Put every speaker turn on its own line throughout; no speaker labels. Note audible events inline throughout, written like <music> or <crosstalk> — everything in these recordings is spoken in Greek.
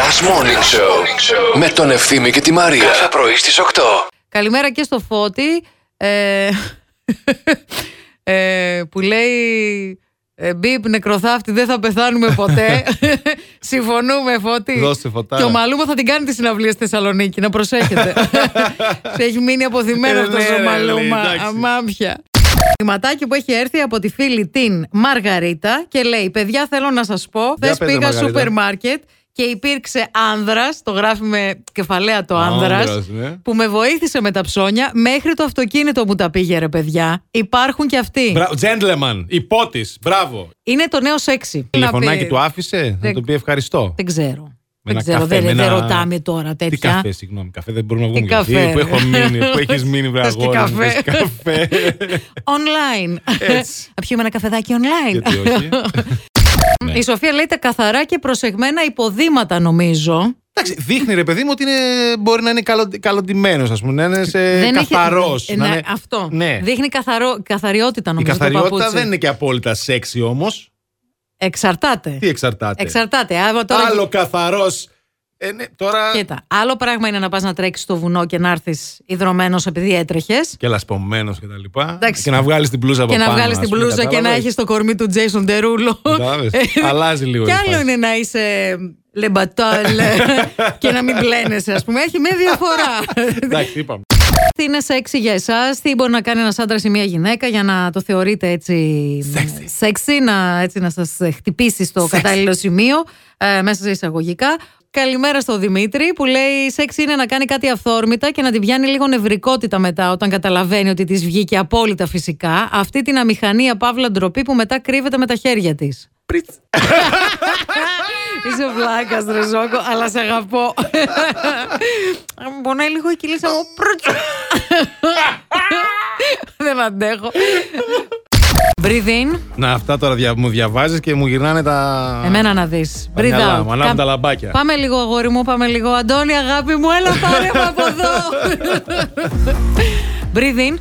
Last Morning Show με τον Ευθύμη και τη Μαρία. Κάθε πρωί στις 8.
Καλημέρα και στο Φώτη ε, ε, που λέει ε, μπίπ νεκροθάφτη δεν θα πεθάνουμε
<laughs>
ποτέ Συμφωνούμε Φώτη
Δώσε, Φωτάρα.
Και ο Μαλούμα θα την κάνει τη συναυλία στη Θεσσαλονίκη Να
<laughs>
προσέχετε Σε έχει μείνει αποθυμένο
Ε,
αυτός
ναι,
ο
ρε,
Μαλούμα
λέει, εντάξει.
Αμάμια Ματάκι που έχει έρθει από τη φίλη την Μαργαρίτα και λέει: Παιδιά, θέλω να σας πω,
Για
χθες
πες,
πήγα
Μαργαρίτα.
σούπερ μάρκετ και υπήρξε άνδρας, το γράφει με κεφαλαία το άνδρας,
Άνδρας, ναι.
που με βοήθησε με τα ψώνια μέχρι το αυτοκίνητο μου τα πήγε, ρε παιδιά. Υπάρχουν και αυτοί.
Μπρα... Gentleman, υπότης, μπράβο.
Είναι το νέο σεξι. Να
Τηλεφωνάκι
πει-
του άφησε, να
Δεν-
του πει ευχαριστώ.
Δεν ξέρω. Δεν
ένα
ξέρω,
καφέ,
δεν,
με
δεν
ένα-
ρωτάμε τώρα τέτοια.
Τι καφέ, συγγνώμη, καφέ δεν μπορούμε να βγούμε.
Τι
για αυτή,
καφέ,
Που
ρε.
έχω μείνει, που έχεις μείνει, βρε
Θες και
αγόρι μου,
καφέ.
θες καφέ.
<laughs> Online.
Έτσι.
<laughs> Να πιούμε ένα καφεδάκι online.
Γιατί όχι. ναι.
Η Σοφία λέει τα καθαρά και προσεγμένα υποδήματα νομίζω.
Εντάξει, δείχνει ρε παιδί μου ότι είναι, μπορεί να είναι καλο, καλοντημένος, ας πούμε. Να είναι σε
έχει-
καθαρός.
Ε, να- Αυτό.
Ναι.
Δείχνει καθαρό, καθαριότητα
Η
νομίζω. το
καθαριότητα
παπούτσι.
δεν είναι και απόλυτα σεξι όμως.
Εξαρτάται.
Τι εξαρτάται.
Εξαρτάται. Άμα τώρα...
Άλλο καθαρός. Ε, ναι, τώρα.
Κοίτα, άλλο πράγμα είναι να πας να τρέξεις στο βουνό και να έρθεις υδρωμένος επειδή έτρεχες.
και λασπωμένος και τα λοιπά.
Εντάξει.
Και να βγάλεις την πλούζα από
Και να
πάνω,
βγάλεις
ας
την
πούμε,
μπλούζα και να
κατάλαβες.
έχεις το κορμί του Τζέισον Τερούλο.
Κατάλαβες. Αλλάζει λίγο
Και
η
άλλο
φάση.
είναι να
<laughs>
είσαι λεμπατόλ και να μην πλένεσαι, ας πούμε. Έχει μια διαφορά.
Εντάξει, είπαμε.
τι είναι σεξι για εσάς, τι μπορεί να κάνει ένας άντρας ή μια γυναίκα για να το θεωρείτε έτσι σεξι, να, έτσι να σας χτυπήσει στο κατάλληλο σημείο, ε, μέσα σε εισαγωγικά. Καλημέρα στο Δημήτρη που λέει σεξ είναι να κάνει κάτι αυθόρμητα και να την πιάνει λίγο νευρικότητα μετά όταν καταλαβαίνει ότι της βγήκε απόλυτα φυσικά αυτή την αμηχανία παύλα ντροπή που μετά κρύβεται με τα χέρια της. <laughs> Είσαι βλάκας ρε Ζόκο, αλλά σε αγαπώ. <laughs> Αν Πονάει λίγο η κοιλίσα μου. Προυτσ. Δεν αντέχω. Breathe in.
Να, αυτά τώρα δια- μου διαβάζεις και μου γυρνάνε τα.
Εμένα να δεις. Breathe
μυαλά
out.
μου, ανάβουν
Κα-
τα λαμπάκια.
Πάμε λίγο αγόρι μου, πάμε λίγο. Αντώνη αγάπη μου, έλα πάρε με από εδώ. Breathe in.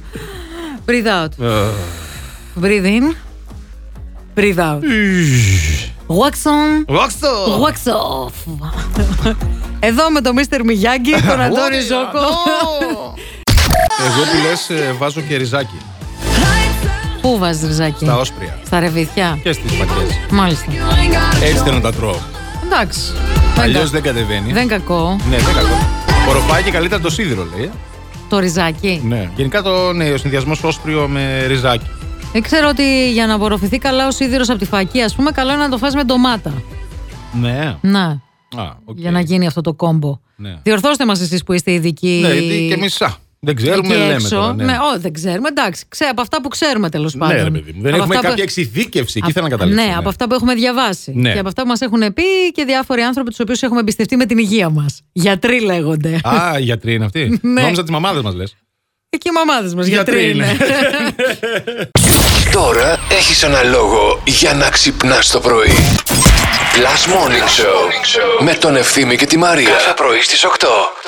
Breathe out.
Ε,
Breathe in. Breathe out. Wax on.
Βόξτο!
Wax off. Εδώ με τον Μίστερ Μιγιάγκη, τον Αντώνη Ζόκο.
Εγώ που λες, ε, βάζω και ριζάκι
Πού βάζεις ριζάκι.
στα όσπρια
Στα ρεβιθιά.
και στις πακές.
Μάλιστα.
Έτσι θέλω να τα τρώω.
Εντάξει.
Αλλιώς
κα-
δεν κατεβαίνει.
δεν κακό.
Ναι, δεν κακό. Κοροφάει και καλύτερα το σίδηρο, λέει. ε.
Το ριζάκι.
Ναι. Γενικά το, ναι, ο συνδυασμός όσπριο με ριζάκι.
Δεν Ε, ξέρω ότι για να απορροφηθεί καλά ο σίδηρος από τη φακή, ας πούμε, καλό είναι να το φας με ντομάτα.
Ναι.
Να,
Α, οκ.
για να γίνει αυτό το κόμπο.
Ε. Ναι.
Διορθώστε μας εσείς που είστε ειδικοί.
Ναι, γιατί και εμεί. Δεν
Εκεί
ξέρουμε, λέμε.
έξω.
Τώρα,
ναι. ό, δεν ξέρουμε. Εντάξει, ξέ, από αυτά που ξέρουμε τέλος πάντων.
Ναι, ρε παιδί μου. Δεν
Από
έχουμε
αυτά που-
κάποια εξειδίκευση. Εκεί
Από-
θέλω να καταλήξω.
Ναι, από αυτά που έχουμε διαβάσει.
Ναι.
Και από αυτά που μας έχουν πει και διάφοροι άνθρωποι τους οποίους έχουμε εμπιστευτεί με την υγεία μας. Γιατροί λέγονται.
Α, οι γιατροί είναι αυτοί.
<laughs> Ναι.
Νόμιζα τις μαμάδες μας λες.
Εκεί οι μαμάδες μας γιατροί,
Γιατροί
είναι.
Τώρα έχεις ένα λόγο για να ξυπνάς το πρωί. Last Morning Show με τον Ευθύμη και τη Μαρία. Κάθε πρωί στις 8.